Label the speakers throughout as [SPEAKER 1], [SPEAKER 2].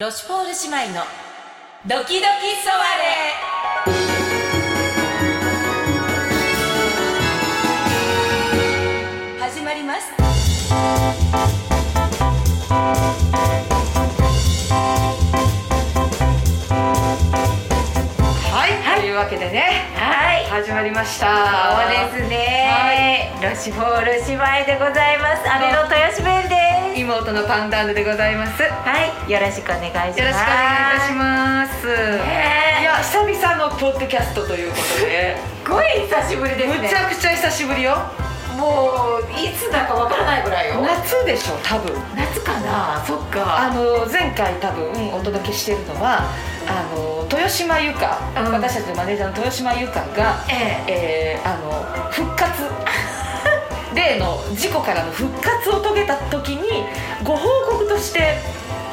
[SPEAKER 1] ロシュポール姉妹のドキドキソワレ始まります
[SPEAKER 2] はい、
[SPEAKER 1] はい
[SPEAKER 2] というわけでね
[SPEAKER 1] はい
[SPEAKER 2] 始まりまし
[SPEAKER 1] そ
[SPEAKER 2] た
[SPEAKER 1] うですね、ロシュポール姉妹でございます姉の豊島園です
[SPEAKER 2] 妹のパンダンヌでございますよろ
[SPEAKER 1] はいよろしくお願いします
[SPEAKER 2] しくお願いいたします、
[SPEAKER 1] ねえ
[SPEAKER 2] いや久々のポッドキャストということで
[SPEAKER 1] すごい久しぶりです
[SPEAKER 2] む
[SPEAKER 1] ね
[SPEAKER 2] ちゃくちゃ久しぶりよ
[SPEAKER 1] もういつだかわからないぐらいよ
[SPEAKER 2] 夏でしょ多分
[SPEAKER 1] 夏かなそっか
[SPEAKER 2] あの前回多分お届けしてるのはあの豊島由香、
[SPEAKER 1] うん
[SPEAKER 2] 私たちのマネージャーの豊島由香が、
[SPEAKER 1] え
[SPEAKER 2] えーあの復活 例の事故からの復活を遂げた時にご報告として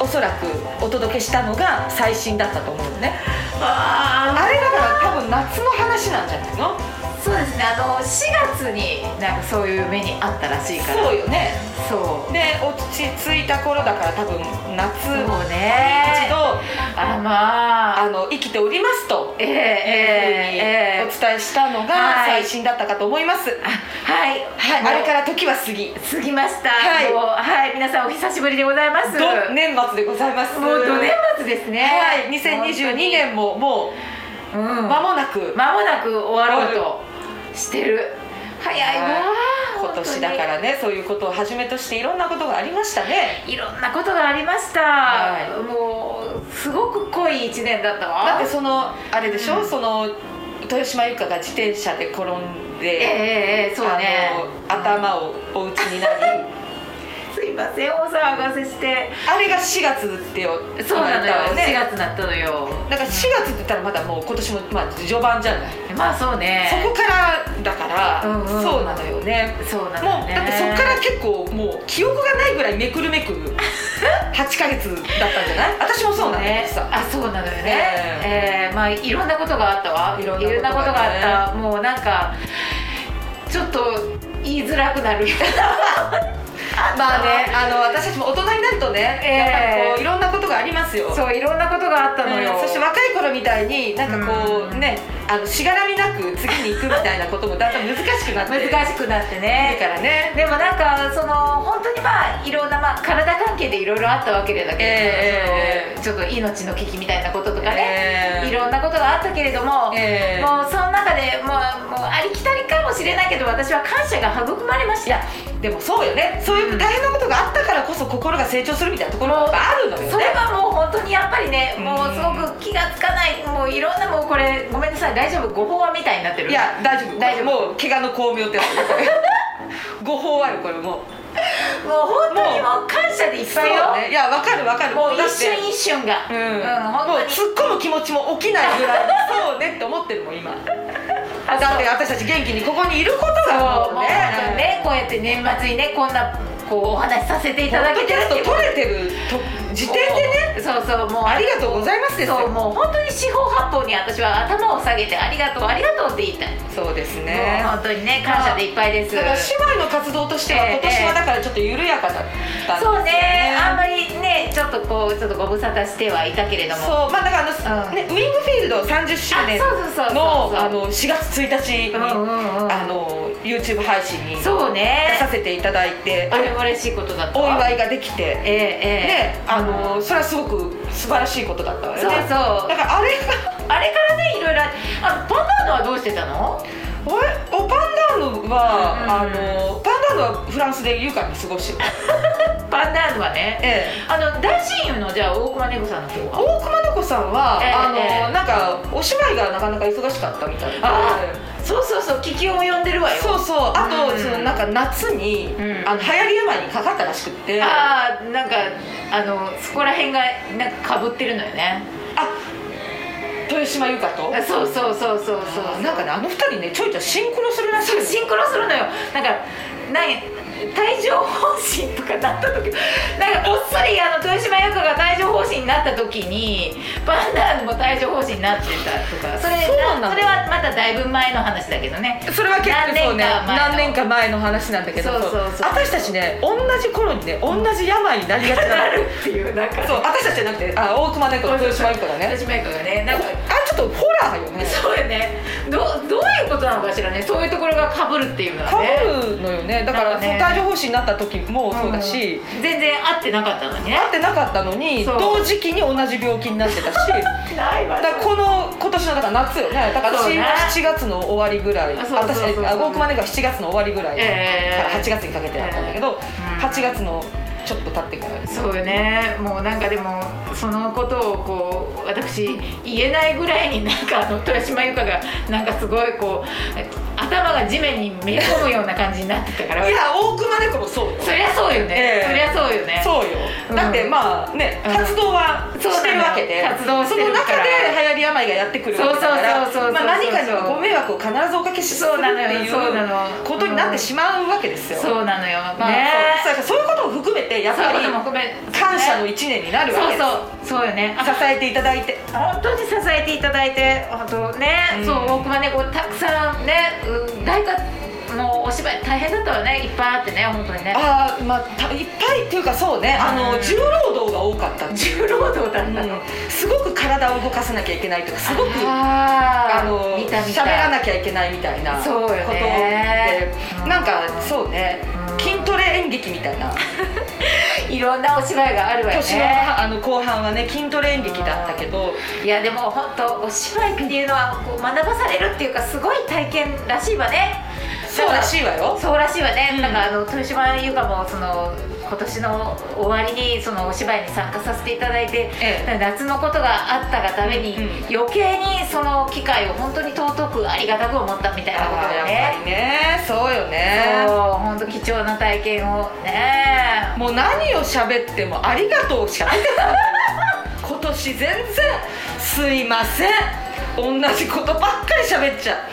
[SPEAKER 2] おそらくお届けしたのが最新だったと思うのね
[SPEAKER 1] あ
[SPEAKER 2] あれだから多分夏の話なんじゃないの
[SPEAKER 1] あそうですねあの4月になんかそういう目にあったらしいから
[SPEAKER 2] そうよね
[SPEAKER 1] そう
[SPEAKER 2] で落ち着いた頃だから多分夏
[SPEAKER 1] そう
[SPEAKER 2] も一
[SPEAKER 1] ね
[SPEAKER 2] 度
[SPEAKER 1] あまあ
[SPEAKER 2] あの生きておりますと
[SPEAKER 1] ええ
[SPEAKER 2] えー
[SPEAKER 1] えええ
[SPEAKER 2] お伝えしたのが
[SPEAKER 1] はい
[SPEAKER 2] 最新だったかと思います、
[SPEAKER 1] えはい
[SPEAKER 2] はい、あれから時は過ぎ
[SPEAKER 1] 過ぎました
[SPEAKER 2] はい
[SPEAKER 1] もうはい皆さんお久しぶりでございます
[SPEAKER 2] ど年末でございます
[SPEAKER 1] もうど年末ですね
[SPEAKER 2] はい、2022年もも
[SPEAKER 1] 本当にう
[SPEAKER 2] うん間もなく、
[SPEAKER 1] 間もなく終わろうとしてる早いわ
[SPEAKER 2] は
[SPEAKER 1] ー
[SPEAKER 2] 今年だからねそういうことをはじめとしていろんなことがありましたね
[SPEAKER 1] いろんなことがありました、
[SPEAKER 2] は
[SPEAKER 1] もうすごく濃い1年だったわ
[SPEAKER 2] だってそのあれでしょ、
[SPEAKER 1] うん
[SPEAKER 2] その豊島由香が自転車で転ん
[SPEAKER 1] えええ
[SPEAKER 2] で、
[SPEAKER 1] えええそうね
[SPEAKER 2] あの頭をお家になり
[SPEAKER 1] すいませんお騒がせして
[SPEAKER 2] あれが4月ってよ言われ
[SPEAKER 1] そうなの
[SPEAKER 2] たわ
[SPEAKER 1] よ、4
[SPEAKER 2] ね
[SPEAKER 1] 月になったのよ
[SPEAKER 2] だから4月って言ったらまだもう今年も、まあ、序盤じゃない、
[SPEAKER 1] まあそう
[SPEAKER 2] そ
[SPEAKER 1] ね
[SPEAKER 2] こからだから、
[SPEAKER 1] うんうん
[SPEAKER 2] そうなのよね
[SPEAKER 1] そこそうなのよ
[SPEAKER 2] もう
[SPEAKER 1] ね
[SPEAKER 2] だってそっから結構もう記憶がないぐらいめくるめく 8ヶ月だったんじゃない私もそうなんだけどさ、
[SPEAKER 1] あそうなのよねえ
[SPEAKER 2] え
[SPEAKER 1] えまあいろんなことがあったわ
[SPEAKER 2] いろんなことがね
[SPEAKER 1] いあったもうなんかちょっと言いづらくなる
[SPEAKER 2] まあねあの私たちも大人になるとね、
[SPEAKER 1] ええ
[SPEAKER 2] やっぱりこういろんなことがあります よ
[SPEAKER 1] そういろんなことがあったのよ、
[SPEAKER 2] うんそして若い頃みたいになんかこう
[SPEAKER 1] うん
[SPEAKER 2] ねあのしがらみなく次に行くみたいなこともだんだん難しくなって
[SPEAKER 1] 難しくなってね
[SPEAKER 2] だからね
[SPEAKER 1] でもなんかその本当にまあいろんな、まあ、体関係でいろいろあったわけだけれど、
[SPEAKER 2] ええ
[SPEAKER 1] そのちょっと命の危機みたいなこととかね、
[SPEAKER 2] ええ
[SPEAKER 1] いろんなことがあったけれども、
[SPEAKER 2] ええ
[SPEAKER 1] もうその中でもうもうありきたりかもしれないけど私は感謝が育まれました
[SPEAKER 2] でもそうよねそういう大変なことがあったからこそ心が成長するみたいなところがあるのよ
[SPEAKER 1] それ
[SPEAKER 2] ね
[SPEAKER 1] はもう本当にやっぱりね、
[SPEAKER 2] うん
[SPEAKER 1] もうすごく気がつかないもういろんなもうこれごめんなさい大丈夫ご法話みたいになってる
[SPEAKER 2] いや大丈夫
[SPEAKER 1] 大丈夫
[SPEAKER 2] もう怪我の巧妙ってや つ誤報あるこれもう
[SPEAKER 1] もう本当にもう感謝でいっぱいよ
[SPEAKER 2] そうねいやわかるわかる
[SPEAKER 1] もう
[SPEAKER 2] だ
[SPEAKER 1] 一
[SPEAKER 2] って
[SPEAKER 1] 瞬一瞬が
[SPEAKER 2] うん、
[SPEAKER 1] 本
[SPEAKER 2] もう
[SPEAKER 1] 当に
[SPEAKER 2] 突っ込む気持ちも起きない ぐらいそうねって思ってるもん今だ
[SPEAKER 1] あそう
[SPEAKER 2] って私たち元気にここにいることが
[SPEAKER 1] そうも
[SPEAKER 2] もう
[SPEAKER 1] う
[SPEAKER 2] ね
[SPEAKER 1] ね、こうやって年末にねこんなこうお話しさせていただ
[SPEAKER 2] ポッ
[SPEAKER 1] け
[SPEAKER 2] ド
[SPEAKER 1] てる
[SPEAKER 2] キャス
[SPEAKER 1] って
[SPEAKER 2] ト取れてると時点でね
[SPEAKER 1] ねそうそうもう
[SPEAKER 2] ありがとうございますです
[SPEAKER 1] そう
[SPEAKER 2] よ
[SPEAKER 1] もう本当に四方八方に私は頭を下げてありがとうありがとうって言いたい、
[SPEAKER 2] そうです
[SPEAKER 1] もう本当にね感謝でいっぱいです
[SPEAKER 2] だから姉妹の活動としては
[SPEAKER 1] ええ
[SPEAKER 2] 今年はだからちょっと緩やかだったんですよね
[SPEAKER 1] そうねあんまりねちょっとこうちょっとご無沙汰してはいたけれども
[SPEAKER 2] そうまあだからあの、
[SPEAKER 1] うん
[SPEAKER 2] ね、ウィングフィールド30周年
[SPEAKER 1] あそうそうそうそうそう
[SPEAKER 2] のあの4月1日に、
[SPEAKER 1] うんうんうん
[SPEAKER 2] あの YouTube 配信に出
[SPEAKER 1] そうね
[SPEAKER 2] させていただいて
[SPEAKER 1] あれも嬉しいことだった
[SPEAKER 2] お
[SPEAKER 1] わ
[SPEAKER 2] 祝いができ
[SPEAKER 1] え
[SPEAKER 2] て
[SPEAKER 1] ええ
[SPEAKER 2] ね
[SPEAKER 1] え
[SPEAKER 2] あのそれはすごく素晴らしいことだったわよね
[SPEAKER 1] そうそう
[SPEAKER 2] だからあれ が
[SPEAKER 1] あれからねいろいろああのパンダーノはどうしてたの
[SPEAKER 2] あれおパンダーヌは、
[SPEAKER 1] うん
[SPEAKER 2] あのパンダーヌはフランスで優香に過ごしてる
[SPEAKER 1] パンダーノはね
[SPEAKER 2] ええ
[SPEAKER 1] あの大親友のじゃあ大熊猫さんの方は
[SPEAKER 2] 大熊猫さんは、
[SPEAKER 1] ええ
[SPEAKER 2] あの
[SPEAKER 1] ええ
[SPEAKER 2] なんかお芝居がなかなか忙しかったみたいで
[SPEAKER 1] あそうそうそう気球も呼んでるわよ
[SPEAKER 2] そうそうあと、
[SPEAKER 1] うん
[SPEAKER 2] そのなんか夏に、
[SPEAKER 1] うん
[SPEAKER 2] あの流行り病にかかったらしくってあ
[SPEAKER 1] ああなんかあのそこら辺がなんかかぶってるのよね
[SPEAKER 2] 豊島優香と
[SPEAKER 1] あそうそうそうそうそう
[SPEAKER 2] あーなんかねあの二人ねちょいちょいシンクロするらしい
[SPEAKER 1] そうシンクロするのよなんか何帯状疱疹とかなった時なんかこっそりあの豊島優香が帯状疱疹になった時にバンダーも帯状疱疹になってたとかそれ
[SPEAKER 2] そうなんだ
[SPEAKER 1] それはまただいぶ前の話だけど ね
[SPEAKER 2] それは結
[SPEAKER 1] 何
[SPEAKER 2] 構
[SPEAKER 1] 年
[SPEAKER 2] そうね
[SPEAKER 1] か前の
[SPEAKER 2] 何年か前の話なんだけど
[SPEAKER 1] そうそうそう
[SPEAKER 2] そう私たちね同じ頃にね同じ病になりがちな
[SPEAKER 1] な
[SPEAKER 2] の
[SPEAKER 1] るっていうなんか
[SPEAKER 2] そう私たちじゃなくてあ大熊猫と豊島行くからね
[SPEAKER 1] 豊島優香がねなんか
[SPEAKER 2] あちょっとホラーよね
[SPEAKER 1] そうよねどどういうことなのかしらねそういうところがかぶるっていうのは
[SPEAKER 2] か
[SPEAKER 1] ね
[SPEAKER 2] ぶるのよねだから
[SPEAKER 1] なんかね
[SPEAKER 2] 帯状疱疹になった時もそうだし、
[SPEAKER 1] うん全然合ってなかったのにね
[SPEAKER 2] 会ってなかったのに
[SPEAKER 1] そう
[SPEAKER 2] 同時期に同じ病気になってたしだ
[SPEAKER 1] ないわ
[SPEAKER 2] からこの今年のだから夏よねだから
[SPEAKER 1] そう
[SPEAKER 2] 私
[SPEAKER 1] ね
[SPEAKER 2] は7月の終わりぐらい
[SPEAKER 1] あそうそうそうそう
[SPEAKER 2] 私あ大熊猫は7月の終わりぐらい
[SPEAKER 1] ええ
[SPEAKER 2] から8月にかけてだったんだけど、
[SPEAKER 1] えうん
[SPEAKER 2] 8月のちょっと経ってからです
[SPEAKER 1] そうよねもうなんかでもそのことをこう私言えないぐらいになんかあの豊島由香がなんかすごいこう頭が地面にめり込むような感じになってたから
[SPEAKER 2] いや大熊猫もそうよ
[SPEAKER 1] そりゃそうよね、
[SPEAKER 2] ええ
[SPEAKER 1] そりゃそうよね
[SPEAKER 2] そうよ、
[SPEAKER 1] うん
[SPEAKER 2] だってまあね
[SPEAKER 1] うん
[SPEAKER 2] 活動はし
[SPEAKER 1] そうなの
[SPEAKER 2] てるわけで
[SPEAKER 1] 活動して
[SPEAKER 2] そ
[SPEAKER 1] る
[SPEAKER 2] の
[SPEAKER 1] から
[SPEAKER 2] 中で流行り病がやってくるわけだから
[SPEAKER 1] そうそうそうそうそう
[SPEAKER 2] まあ何かにはご迷惑を必ずおかけしそう
[SPEAKER 1] そうなの
[SPEAKER 2] って
[SPEAKER 1] よ
[SPEAKER 2] い
[SPEAKER 1] そうな
[SPEAKER 2] う
[SPEAKER 1] の
[SPEAKER 2] ことになってしまうわけですよ、
[SPEAKER 1] そうなのよ、ま
[SPEAKER 2] ま
[SPEAKER 1] あ
[SPEAKER 2] あ
[SPEAKER 1] ね
[SPEAKER 2] そうそうそういうことも含めてやっ
[SPEAKER 1] そう
[SPEAKER 2] ぱ
[SPEAKER 1] いう
[SPEAKER 2] り
[SPEAKER 1] ことも含め
[SPEAKER 2] 感謝の一年になるわ
[SPEAKER 1] そ
[SPEAKER 2] け
[SPEAKER 1] う
[SPEAKER 2] です
[SPEAKER 1] そうそうよねあ
[SPEAKER 2] 支えていただいて
[SPEAKER 1] 本当に支えていただいて本当ね、
[SPEAKER 2] うん
[SPEAKER 1] そう大熊猫たくさんね、うん、大活のお芝居大変だったわねいっぱいあってね本当にね
[SPEAKER 2] ああまあたいっぱいっていうかそうねあ
[SPEAKER 1] う
[SPEAKER 2] の
[SPEAKER 1] ん
[SPEAKER 2] 重労働が多かったっていう
[SPEAKER 1] 重労働だったの、
[SPEAKER 2] うんすごく体を動かさなきゃいけないとかすごく
[SPEAKER 1] あ
[SPEAKER 2] あの
[SPEAKER 1] 見た見た
[SPEAKER 2] 喋らなきゃいけないみたいなこと
[SPEAKER 1] そうよね
[SPEAKER 2] でなんかそうね
[SPEAKER 1] うん
[SPEAKER 2] 筋トレ演劇みたいな
[SPEAKER 1] いろんなお芝居があるわよ
[SPEAKER 2] 年の
[SPEAKER 1] ね
[SPEAKER 2] あの後半はね筋トレ演劇だったけど
[SPEAKER 1] いやでも本当お芝居っていうのはこう学ばされるっていうかすごい体験らしいわね
[SPEAKER 2] そうらしいわよ
[SPEAKER 1] そうらしいわね、
[SPEAKER 2] うん
[SPEAKER 1] なんかあの豊島優香もその今年の終わりにそのお芝居に参加させていただいて、
[SPEAKER 2] え
[SPEAKER 1] 夏のことがあったがために、
[SPEAKER 2] うん
[SPEAKER 1] 余計にその機会を本当に尊くありがたく思ったみたいなこと
[SPEAKER 2] あ
[SPEAKER 1] だ
[SPEAKER 2] ー
[SPEAKER 1] よ
[SPEAKER 2] やっぱ
[SPEAKER 1] ね
[SPEAKER 2] りねそうよね
[SPEAKER 1] そう本当貴重な体験をね
[SPEAKER 2] もう何を喋ってもありがとうしか出てこない今年全然すいません同じことばっかり喋っちゃ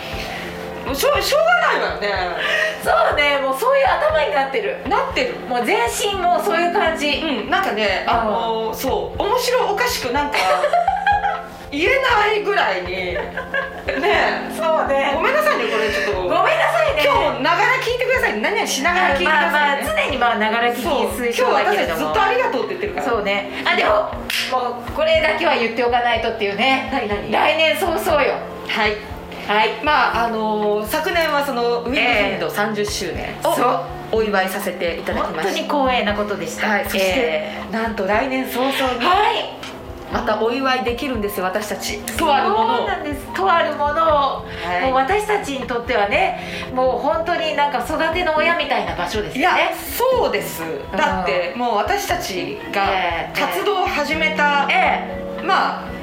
[SPEAKER 2] うもうしょうしょうがないわよね
[SPEAKER 1] そうねもうそういう頭になってる
[SPEAKER 2] なってる
[SPEAKER 1] もう全身もうそういう感じ、
[SPEAKER 2] うんなんかねあのーそう面白おかしくなんか言えないぐらいにね
[SPEAKER 1] そう
[SPEAKER 2] えご
[SPEAKER 1] ね
[SPEAKER 2] めんなさいねこれち
[SPEAKER 1] ご
[SPEAKER 2] ょっと
[SPEAKER 1] めんなさいね
[SPEAKER 2] 今日ながら聞いてくださいね何々しながら聞いてく
[SPEAKER 1] ま
[SPEAKER 2] だ
[SPEAKER 1] あま
[SPEAKER 2] さ
[SPEAKER 1] あ
[SPEAKER 2] い、ね
[SPEAKER 1] 常にまあ流れ聞き
[SPEAKER 2] そう
[SPEAKER 1] 推
[SPEAKER 2] 今日
[SPEAKER 1] 奨だけ
[SPEAKER 2] 私
[SPEAKER 1] れ
[SPEAKER 2] た
[SPEAKER 1] ど
[SPEAKER 2] ちずっ
[SPEAKER 1] も
[SPEAKER 2] とありがとうって言ってるから
[SPEAKER 1] そうねあでももうこれだけは言っておかないとっていうね
[SPEAKER 2] 何何
[SPEAKER 1] 来年そうそうよ
[SPEAKER 2] はい
[SPEAKER 1] はい
[SPEAKER 2] まああのー昨年はそのウィンド
[SPEAKER 1] ええ
[SPEAKER 2] フィンド30周年
[SPEAKER 1] そう
[SPEAKER 2] をお祝いさせていただき
[SPEAKER 1] 本
[SPEAKER 2] ま
[SPEAKER 1] 当
[SPEAKER 2] し
[SPEAKER 1] に
[SPEAKER 2] た
[SPEAKER 1] 光栄なことでした、
[SPEAKER 2] はい、そして、
[SPEAKER 1] え
[SPEAKER 2] なんと来年早々
[SPEAKER 1] ー
[SPEAKER 2] に
[SPEAKER 1] はい
[SPEAKER 2] またお祝いできるんですよ私たち
[SPEAKER 1] と
[SPEAKER 2] と
[SPEAKER 1] あ
[SPEAKER 2] あ
[SPEAKER 1] る
[SPEAKER 2] る
[SPEAKER 1] も
[SPEAKER 2] も
[SPEAKER 1] のそ
[SPEAKER 2] の
[SPEAKER 1] う
[SPEAKER 2] を
[SPEAKER 1] なんですとあるものを、
[SPEAKER 2] はい
[SPEAKER 1] もう私たちにとってはねもう本当になんか育ての親みたいな場所です
[SPEAKER 2] い
[SPEAKER 1] よ
[SPEAKER 2] や
[SPEAKER 1] ね
[SPEAKER 2] そうですだってもう私たち
[SPEAKER 1] え
[SPEAKER 2] が
[SPEAKER 1] え
[SPEAKER 2] 活動を始めた、
[SPEAKER 1] え
[SPEAKER 2] まあ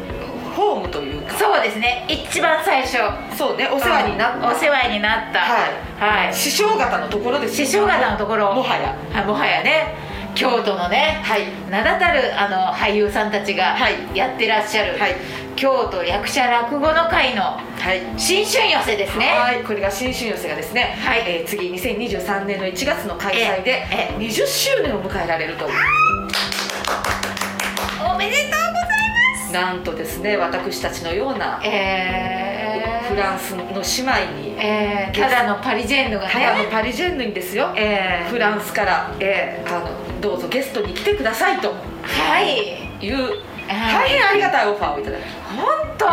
[SPEAKER 2] ホームという
[SPEAKER 1] え
[SPEAKER 2] か
[SPEAKER 1] そうですね一番最初
[SPEAKER 2] そうねお世話になった、
[SPEAKER 1] うんお世話になった
[SPEAKER 2] はい
[SPEAKER 1] はい
[SPEAKER 2] 師匠方のところです
[SPEAKER 1] 師匠方のところ
[SPEAKER 2] もはや
[SPEAKER 1] あもはやね京都のね、
[SPEAKER 2] はい
[SPEAKER 1] 名だたるあの俳優さんたちが
[SPEAKER 2] はい
[SPEAKER 1] やってらっしゃる、
[SPEAKER 2] はい
[SPEAKER 1] 京都役者落語の会の
[SPEAKER 2] はい
[SPEAKER 1] 新春寄せですね
[SPEAKER 2] はいこれが新春寄せがですね、
[SPEAKER 1] はい
[SPEAKER 2] えー次2023年の1月の開催で
[SPEAKER 1] ええ
[SPEAKER 2] 20周年を迎えられるという
[SPEAKER 1] おめでとうございます
[SPEAKER 2] なんとですね私たちのような
[SPEAKER 1] えー、
[SPEAKER 2] フランスの姉妹に
[SPEAKER 1] えー、ただのパリジェンヌがね
[SPEAKER 2] ただのパリジェンヌにですよ、
[SPEAKER 1] えー
[SPEAKER 2] フランスから、
[SPEAKER 1] え
[SPEAKER 2] あのどうぞゲストに来てくださいと
[SPEAKER 1] はい
[SPEAKER 2] いう
[SPEAKER 1] えー
[SPEAKER 2] 大変ありがたいオファーをいただき
[SPEAKER 1] 本当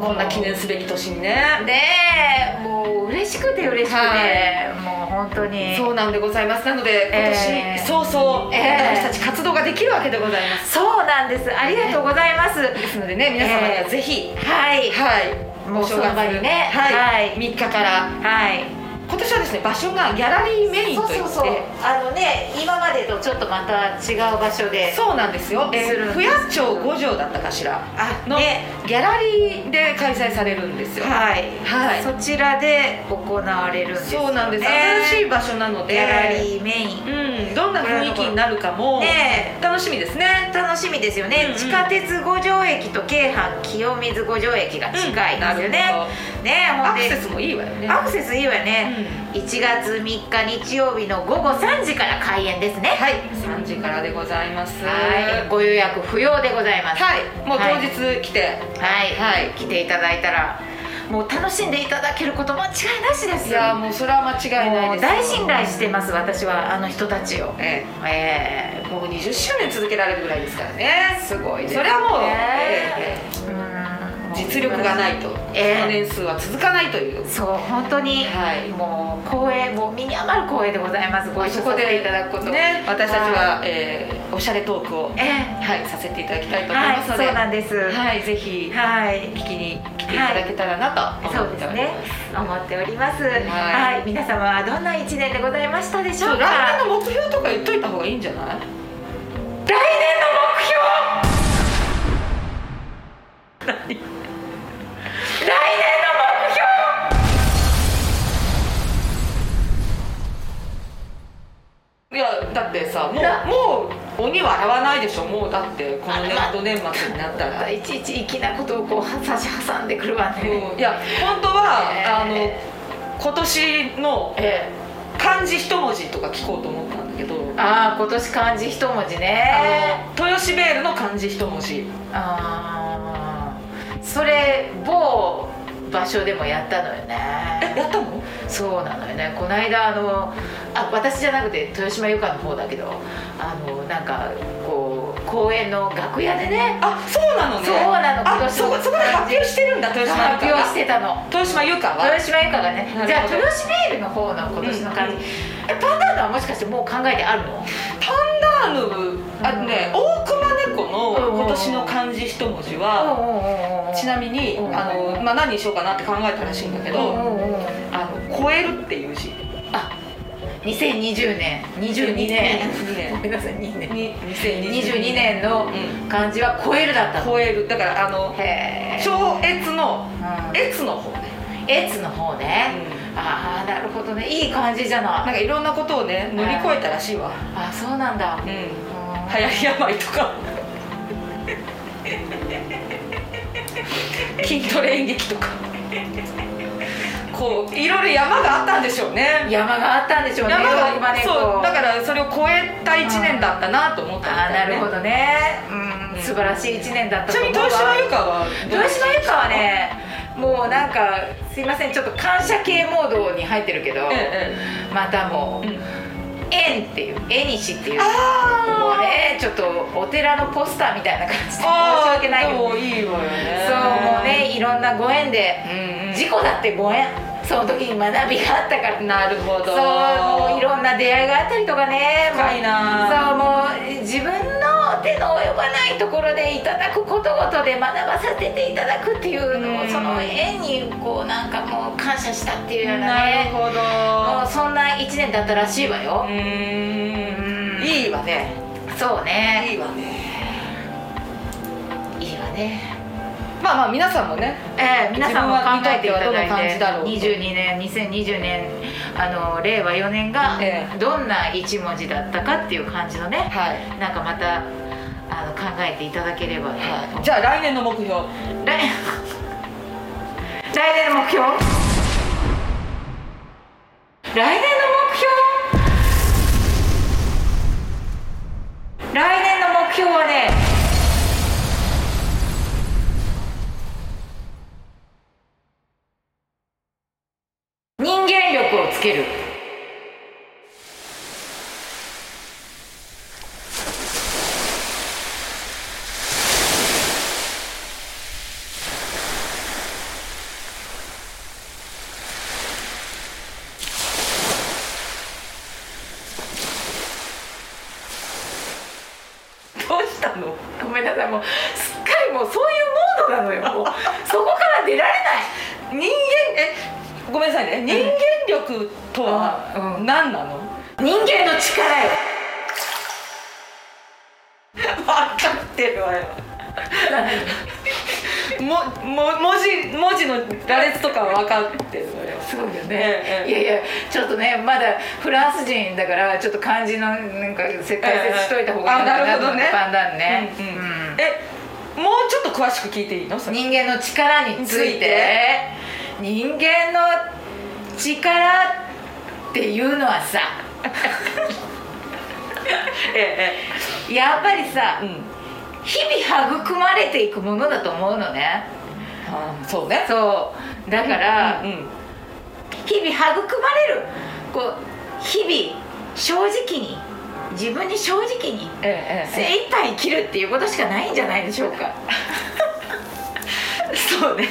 [SPEAKER 2] こんな記念すべき年にね
[SPEAKER 1] ねえもう嬉しくて嬉しくて、
[SPEAKER 2] は
[SPEAKER 1] もう本当に
[SPEAKER 2] そうなんでございますなので
[SPEAKER 1] えー
[SPEAKER 2] 今年早々、
[SPEAKER 1] えー
[SPEAKER 2] 私たち活動ができるわけでございます
[SPEAKER 1] そうなんですありがとうございます、
[SPEAKER 2] ですのでね皆様にはぜひ、
[SPEAKER 1] はい
[SPEAKER 2] はい
[SPEAKER 1] もう
[SPEAKER 2] お正
[SPEAKER 1] そ
[SPEAKER 2] 月
[SPEAKER 1] の場にね
[SPEAKER 2] はい
[SPEAKER 1] はい
[SPEAKER 2] 3日から
[SPEAKER 1] はい
[SPEAKER 2] 今年はですね場所がギャラリーメイン
[SPEAKER 1] そう
[SPEAKER 2] といって
[SPEAKER 1] そうそうあのね今までとちょっとまた違う場所で
[SPEAKER 2] そうなんですよ、え
[SPEAKER 1] するんです
[SPEAKER 2] ー、不夜町五条だったかしら
[SPEAKER 1] あ
[SPEAKER 2] の
[SPEAKER 1] ね
[SPEAKER 2] ギャラリーで開催されるんですよ、
[SPEAKER 1] はい、
[SPEAKER 2] はい
[SPEAKER 1] そちらで行われるんですよね
[SPEAKER 2] そうなんです、新しい場所なので
[SPEAKER 1] ギャラリーメイン
[SPEAKER 2] うん、どんな雰囲気になるかも、
[SPEAKER 1] ね
[SPEAKER 2] 楽しみですね
[SPEAKER 1] 楽しみですよね、
[SPEAKER 2] うんうん
[SPEAKER 1] 地下鉄五条駅と京阪清水五条駅が近いですよね、
[SPEAKER 2] うんなるほ
[SPEAKER 1] ねほん
[SPEAKER 2] アク
[SPEAKER 1] で
[SPEAKER 2] セスもいいわよね
[SPEAKER 1] アクセスいいわよね、 1月3日日曜日の午後3時から開演ですね
[SPEAKER 2] はい3時からでございます
[SPEAKER 1] はいご予約不要でございます
[SPEAKER 2] はいもう当日来て、
[SPEAKER 1] はい、
[SPEAKER 2] はい
[SPEAKER 1] 来ていただいたらもう楽しんでいただけること間違いなしで
[SPEAKER 2] い、
[SPEAKER 1] す
[SPEAKER 2] やもうそれは間違いない
[SPEAKER 1] も
[SPEAKER 2] で
[SPEAKER 1] う
[SPEAKER 2] す
[SPEAKER 1] 大信頼してます私はあの人たちを
[SPEAKER 2] え
[SPEAKER 1] え
[SPEAKER 2] えもう20周年続けられるぐらいですからね
[SPEAKER 1] すごいですね
[SPEAKER 2] それはもう、えええ
[SPEAKER 1] えうん
[SPEAKER 2] え実力がないと、
[SPEAKER 1] ええ
[SPEAKER 2] その年数は続かないという
[SPEAKER 1] そう本当に、
[SPEAKER 2] はい
[SPEAKER 1] もう光栄もう身に余る光栄でございますご一緒
[SPEAKER 2] そこ
[SPEAKER 1] さ
[SPEAKER 2] で
[SPEAKER 1] せていただくこと
[SPEAKER 2] ね私たちは、
[SPEAKER 1] はい
[SPEAKER 2] ええおしゃれトークを、
[SPEAKER 1] ええ
[SPEAKER 2] はい、させていただきたいと思い
[SPEAKER 1] は
[SPEAKER 2] ま
[SPEAKER 1] い
[SPEAKER 2] す
[SPEAKER 1] そ
[SPEAKER 2] の
[SPEAKER 1] う
[SPEAKER 2] で、
[SPEAKER 1] なんですはい、
[SPEAKER 2] はい、ぜひ聞きに来ていただけたらなと
[SPEAKER 1] そ
[SPEAKER 2] 思
[SPEAKER 1] う
[SPEAKER 2] っ
[SPEAKER 1] で
[SPEAKER 2] てお
[SPEAKER 1] す
[SPEAKER 2] り
[SPEAKER 1] ね
[SPEAKER 2] ます。
[SPEAKER 1] 思っておりますはい
[SPEAKER 2] い、
[SPEAKER 1] 皆様はどんな一年でございましたでし
[SPEAKER 2] ちょ
[SPEAKER 1] ょ
[SPEAKER 2] っ
[SPEAKER 1] う
[SPEAKER 2] と
[SPEAKER 1] か
[SPEAKER 2] 来年の目標とか言っといた方がいいんじゃない？
[SPEAKER 1] 来年の目標来年の目標
[SPEAKER 2] いやだってさも
[SPEAKER 1] な
[SPEAKER 2] うもう鬼は洗わないでしょ。もうだってこの年
[SPEAKER 1] あら
[SPEAKER 2] 度年末になったら。
[SPEAKER 1] いちいち粋なことをこう差し挟んでくるわね、
[SPEAKER 2] うんいや本当は、
[SPEAKER 1] え
[SPEAKER 2] あの今年の
[SPEAKER 1] え
[SPEAKER 2] 漢字一文字とか聞こうと思ったんだけど、
[SPEAKER 1] えああ今年漢字一文字ね
[SPEAKER 2] あの豊島ベールの漢字一文字。
[SPEAKER 1] ああそれ某場所でもやったのよね
[SPEAKER 2] え やったの？
[SPEAKER 1] そうなのよねこの間あのあ私じゃなくて豊島由香の方だけどあのなんかこう公園の楽屋でね
[SPEAKER 2] あそうなのね。
[SPEAKER 1] そうなの今年の
[SPEAKER 2] あそこそこで発表してるんだ豊島優
[SPEAKER 1] 発
[SPEAKER 2] 香が
[SPEAKER 1] 表してたの
[SPEAKER 2] 豊島優香は
[SPEAKER 1] 豊。島由香がね
[SPEAKER 2] なるほど
[SPEAKER 1] じゃあ豊島エールの方の今年の漢字、
[SPEAKER 2] うん
[SPEAKER 1] えパンダーナはもしかしてもう考えてあるの
[SPEAKER 2] パンダーヌブあね、大熊猫の今年の漢字一文字は、ちなみに、
[SPEAKER 1] うん
[SPEAKER 2] あのまあ、何にしようかなって考えたらしいんだけど、あの超えるっていう字
[SPEAKER 1] 2020年22年
[SPEAKER 2] 22
[SPEAKER 1] ごめんなさい2年
[SPEAKER 2] に
[SPEAKER 1] 22
[SPEAKER 2] 2022年
[SPEAKER 1] 年の
[SPEAKER 2] う
[SPEAKER 1] 漢字は超えるだったの
[SPEAKER 2] 超えるだからあの
[SPEAKER 1] へえ
[SPEAKER 2] 超越の
[SPEAKER 1] うん
[SPEAKER 2] 越の方ね、
[SPEAKER 1] 越の方ねああなるほどねいい感じじゃ
[SPEAKER 2] なん
[SPEAKER 1] ない
[SPEAKER 2] かいろんなことをね乗り越えたらしいわ、
[SPEAKER 1] あそうなんだ
[SPEAKER 2] うん、流
[SPEAKER 1] うん
[SPEAKER 2] 行り病とか筋トレ演劇とかこういろいろ山があったんでしょうね
[SPEAKER 1] 山があったんでしょうねロ
[SPEAKER 2] 山
[SPEAKER 1] マ
[SPEAKER 2] が
[SPEAKER 1] ネコ
[SPEAKER 2] そうだからそれを超えた1年だったなと思ったん
[SPEAKER 1] ああ
[SPEAKER 2] だ
[SPEAKER 1] な
[SPEAKER 2] よね
[SPEAKER 1] るほどねうん素晴らしい1年だった
[SPEAKER 2] ちな
[SPEAKER 1] と
[SPEAKER 2] み
[SPEAKER 1] 思うわ
[SPEAKER 2] に豊島由香は
[SPEAKER 1] 豊島由香はねもうなんかすいませんちょっと感謝系モードに入ってるけど、
[SPEAKER 2] え
[SPEAKER 1] またも
[SPEAKER 2] えええ
[SPEAKER 1] う
[SPEAKER 2] うん
[SPEAKER 1] 「縁」っていう「縁西」っていうもう
[SPEAKER 2] あ
[SPEAKER 1] ねちょっとお寺のポスターみたいな感じで申し
[SPEAKER 2] あ
[SPEAKER 1] 訳ないけ
[SPEAKER 2] で
[SPEAKER 1] ど
[SPEAKER 2] もいいわよね
[SPEAKER 1] そうもうねいろんなご縁で
[SPEAKER 2] うんうん
[SPEAKER 1] 事故だってご縁その時に学びがあったから
[SPEAKER 2] なるほど
[SPEAKER 1] そうもういろんな出会いがあったりとかねもう
[SPEAKER 2] 深いな
[SPEAKER 1] そうもう自分の手の及ばないところでいただくことごとで学ばさせていただくっていうのを、
[SPEAKER 2] うん
[SPEAKER 1] その縁にこうなんかもう感謝したっていうような
[SPEAKER 2] なる
[SPEAKER 1] ね
[SPEAKER 2] ほ
[SPEAKER 1] もう
[SPEAKER 2] ど
[SPEAKER 1] そんな一年だったらしいわよ
[SPEAKER 2] う、ー
[SPEAKER 1] うん
[SPEAKER 2] んいいわね
[SPEAKER 1] そうね
[SPEAKER 2] いいわね
[SPEAKER 1] いいわね
[SPEAKER 2] まあまあ皆さんもね
[SPEAKER 1] ええ皆さんも考えていた
[SPEAKER 2] 自分はど
[SPEAKER 1] だ
[SPEAKER 2] の感
[SPEAKER 1] い
[SPEAKER 2] じ
[SPEAKER 1] て
[SPEAKER 2] だろうと
[SPEAKER 1] 22年2020年あの令和4年が
[SPEAKER 2] ええ
[SPEAKER 1] どんな一文字だったかっていう感じのね
[SPEAKER 2] はい、
[SPEAKER 1] なんかまたあの考えていただければ、
[SPEAKER 2] はい、じゃあ来年の目標
[SPEAKER 1] 来来年の目標来年の目標来年の目標はね人間力をつける
[SPEAKER 2] どうしたの
[SPEAKER 1] ごめんなさいもうすっかりもうそういうモードなのよもうそこから出られない
[SPEAKER 2] 人間えごめんなさいね人間力とは
[SPEAKER 1] うん
[SPEAKER 2] 何なの、
[SPEAKER 1] 人間の力よ
[SPEAKER 2] 分かってるわよもも文字文字の羅列とかは分かってるわよ
[SPEAKER 1] そうだよ
[SPEAKER 2] え
[SPEAKER 1] ね、
[SPEAKER 2] え
[SPEAKER 1] いやいやちょっとねまだフランス人だからちょっと漢字のなんかせ解説しといた方がいい
[SPEAKER 2] ええあなるほどね
[SPEAKER 1] パンダンね、
[SPEAKER 2] うんうん
[SPEAKER 1] うん
[SPEAKER 2] えもうちょっと詳しく聞いていいのそれ
[SPEAKER 1] 人間の力について
[SPEAKER 2] ついて
[SPEAKER 1] 人間の力っていうのはさ
[SPEAKER 2] え
[SPEAKER 1] やっぱり
[SPEAKER 2] え
[SPEAKER 1] さ
[SPEAKER 2] うん
[SPEAKER 1] 日々育まれていくものだと思うのね
[SPEAKER 2] あーそうね
[SPEAKER 1] そうだから、
[SPEAKER 2] うんうん
[SPEAKER 1] 日々育まれるこう日々正直に自分に正直に
[SPEAKER 2] ええええ
[SPEAKER 1] 精一杯生きるっていうことしかないんじゃないでしょう か
[SPEAKER 2] そうね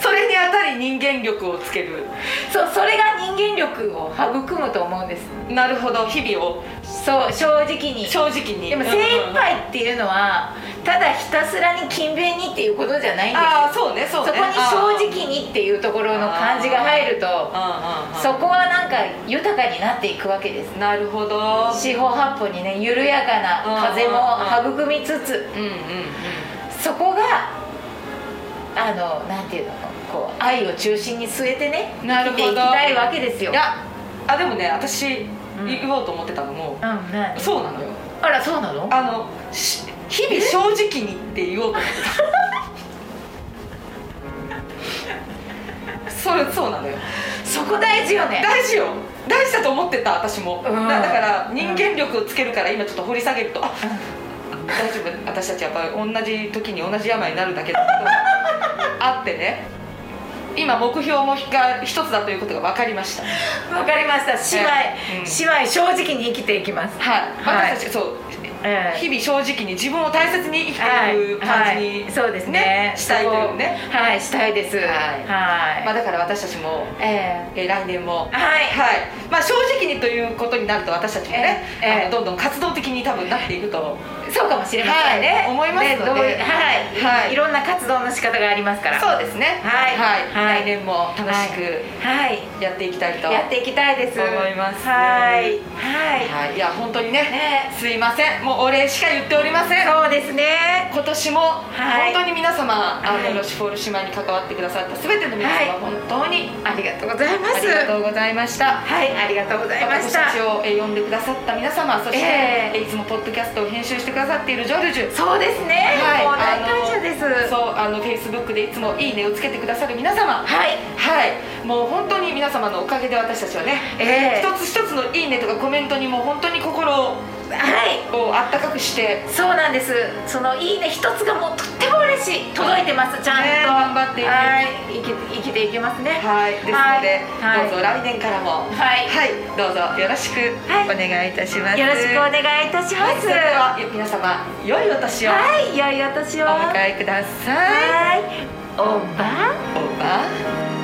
[SPEAKER 2] それにあたり人間力をつける
[SPEAKER 1] そうそれが人間力を育むと思うんです
[SPEAKER 2] なるほど日々を
[SPEAKER 1] そう正直に
[SPEAKER 2] 正直に
[SPEAKER 1] でも精一杯っていうのはただひたすらに勤勉にっていうことじゃないんですよ
[SPEAKER 2] ああそうねそう
[SPEAKER 1] そ
[SPEAKER 2] ね
[SPEAKER 1] こに正直にっていうところの漢字が入ると
[SPEAKER 2] あーうんうんうん
[SPEAKER 1] そこはなんか豊かになっていくわけです
[SPEAKER 2] なるほど
[SPEAKER 1] 四方八方にね緩やかな風も育みつつ
[SPEAKER 2] うんうんうん
[SPEAKER 1] そこがあのなんていうのこう愛を中心に据えてね
[SPEAKER 2] なる
[SPEAKER 1] 生
[SPEAKER 2] ほ
[SPEAKER 1] きてい
[SPEAKER 2] ど
[SPEAKER 1] きたいわけですよ
[SPEAKER 2] いやあでもね私
[SPEAKER 1] ん
[SPEAKER 2] 言おうと思ってたのも
[SPEAKER 1] うん何
[SPEAKER 2] そうなのよ
[SPEAKER 1] あらそうなの
[SPEAKER 2] あのし日々正直にって言おうと思 ってたそれそうなのよ
[SPEAKER 1] そこ大事よね
[SPEAKER 2] 大事よ大事だと思ってた私も、
[SPEAKER 1] うん
[SPEAKER 2] だだから人間力をつけるから今ちょっと掘り下げるとあ大丈夫私たちやっぱり同じ時に同じ病になるだけだけど あってね今目標もが一つだということが分かりました
[SPEAKER 1] わかりました
[SPEAKER 2] うん
[SPEAKER 1] 姉妹正直に生きていきます
[SPEAKER 2] はい、
[SPEAKER 1] はい
[SPEAKER 2] 私たちそう
[SPEAKER 1] ええ
[SPEAKER 2] 日々正直に自分を大切に生きていく感じに、
[SPEAKER 1] はい、そうですね
[SPEAKER 2] したいというね
[SPEAKER 1] そこはいしたいですはい、
[SPEAKER 2] まあ、だから私たちも、
[SPEAKER 1] え
[SPEAKER 2] えー来年も
[SPEAKER 1] えはい、
[SPEAKER 2] はいまあ、正直にということになると私たちもね、
[SPEAKER 1] ええ
[SPEAKER 2] あのどんどん活動的に多分なっていくと
[SPEAKER 1] そうかもしれませんね、
[SPEAKER 2] はい思いますので
[SPEAKER 1] どういうはい、
[SPEAKER 2] はい
[SPEAKER 1] いろんな活動の仕方がありますから
[SPEAKER 2] そうですね
[SPEAKER 1] はい
[SPEAKER 2] は、
[SPEAKER 1] はいい
[SPEAKER 2] 来年も楽しく
[SPEAKER 1] はい
[SPEAKER 2] やっていきたいと、
[SPEAKER 1] やっていきたいです
[SPEAKER 2] 思います
[SPEAKER 1] はいはい、
[SPEAKER 2] はい、いや本当にね
[SPEAKER 1] ね
[SPEAKER 2] すいませんもうお礼しか言っておりません
[SPEAKER 1] そうですね
[SPEAKER 2] 今年も
[SPEAKER 1] い
[SPEAKER 2] 本当に皆様、あ
[SPEAKER 1] は
[SPEAKER 2] の
[SPEAKER 1] い
[SPEAKER 2] ロシュフォール姉妹に関わってくださった全ての皆様、
[SPEAKER 1] はい
[SPEAKER 2] 本当に
[SPEAKER 1] ありがとうございま
[SPEAKER 2] あ
[SPEAKER 1] す
[SPEAKER 2] りがとうございました
[SPEAKER 1] はいありがとうございまし
[SPEAKER 2] 私た
[SPEAKER 1] た
[SPEAKER 2] ちをえー呼んでくださった皆様そして、
[SPEAKER 1] ええ
[SPEAKER 2] えーいつもポッドキャストを編集してくださっているジョルジュ
[SPEAKER 1] そうですね、
[SPEAKER 2] はい
[SPEAKER 1] もう大感謝です
[SPEAKER 2] そうあのフェイスブックでいつも「いいね」をつけてくださる皆様
[SPEAKER 1] はい
[SPEAKER 2] はいもう本当に皆様のおかげで私たちはね、
[SPEAKER 1] ええ
[SPEAKER 2] 一つ一つの「いいね」とかコメントにも本当に心を
[SPEAKER 1] はい
[SPEAKER 2] をあったかくして
[SPEAKER 1] そうなんです。そのいいね一つがもうとっても嬉しい。届いてます。ちゃんと、
[SPEAKER 2] ね頑張っていく
[SPEAKER 1] はい生き生きていきますね。
[SPEAKER 2] はいですので、
[SPEAKER 1] はい
[SPEAKER 2] どうぞ来年からも
[SPEAKER 1] はい
[SPEAKER 2] どうぞよろしく
[SPEAKER 1] はい
[SPEAKER 2] お願いいたします、
[SPEAKER 1] よろしくお
[SPEAKER 2] は
[SPEAKER 1] 願
[SPEAKER 2] い
[SPEAKER 1] いいたします。
[SPEAKER 2] それでは皆様良いお年を
[SPEAKER 1] はい、良いお年を。
[SPEAKER 2] お迎えください、
[SPEAKER 1] はい。おば。
[SPEAKER 2] オーバー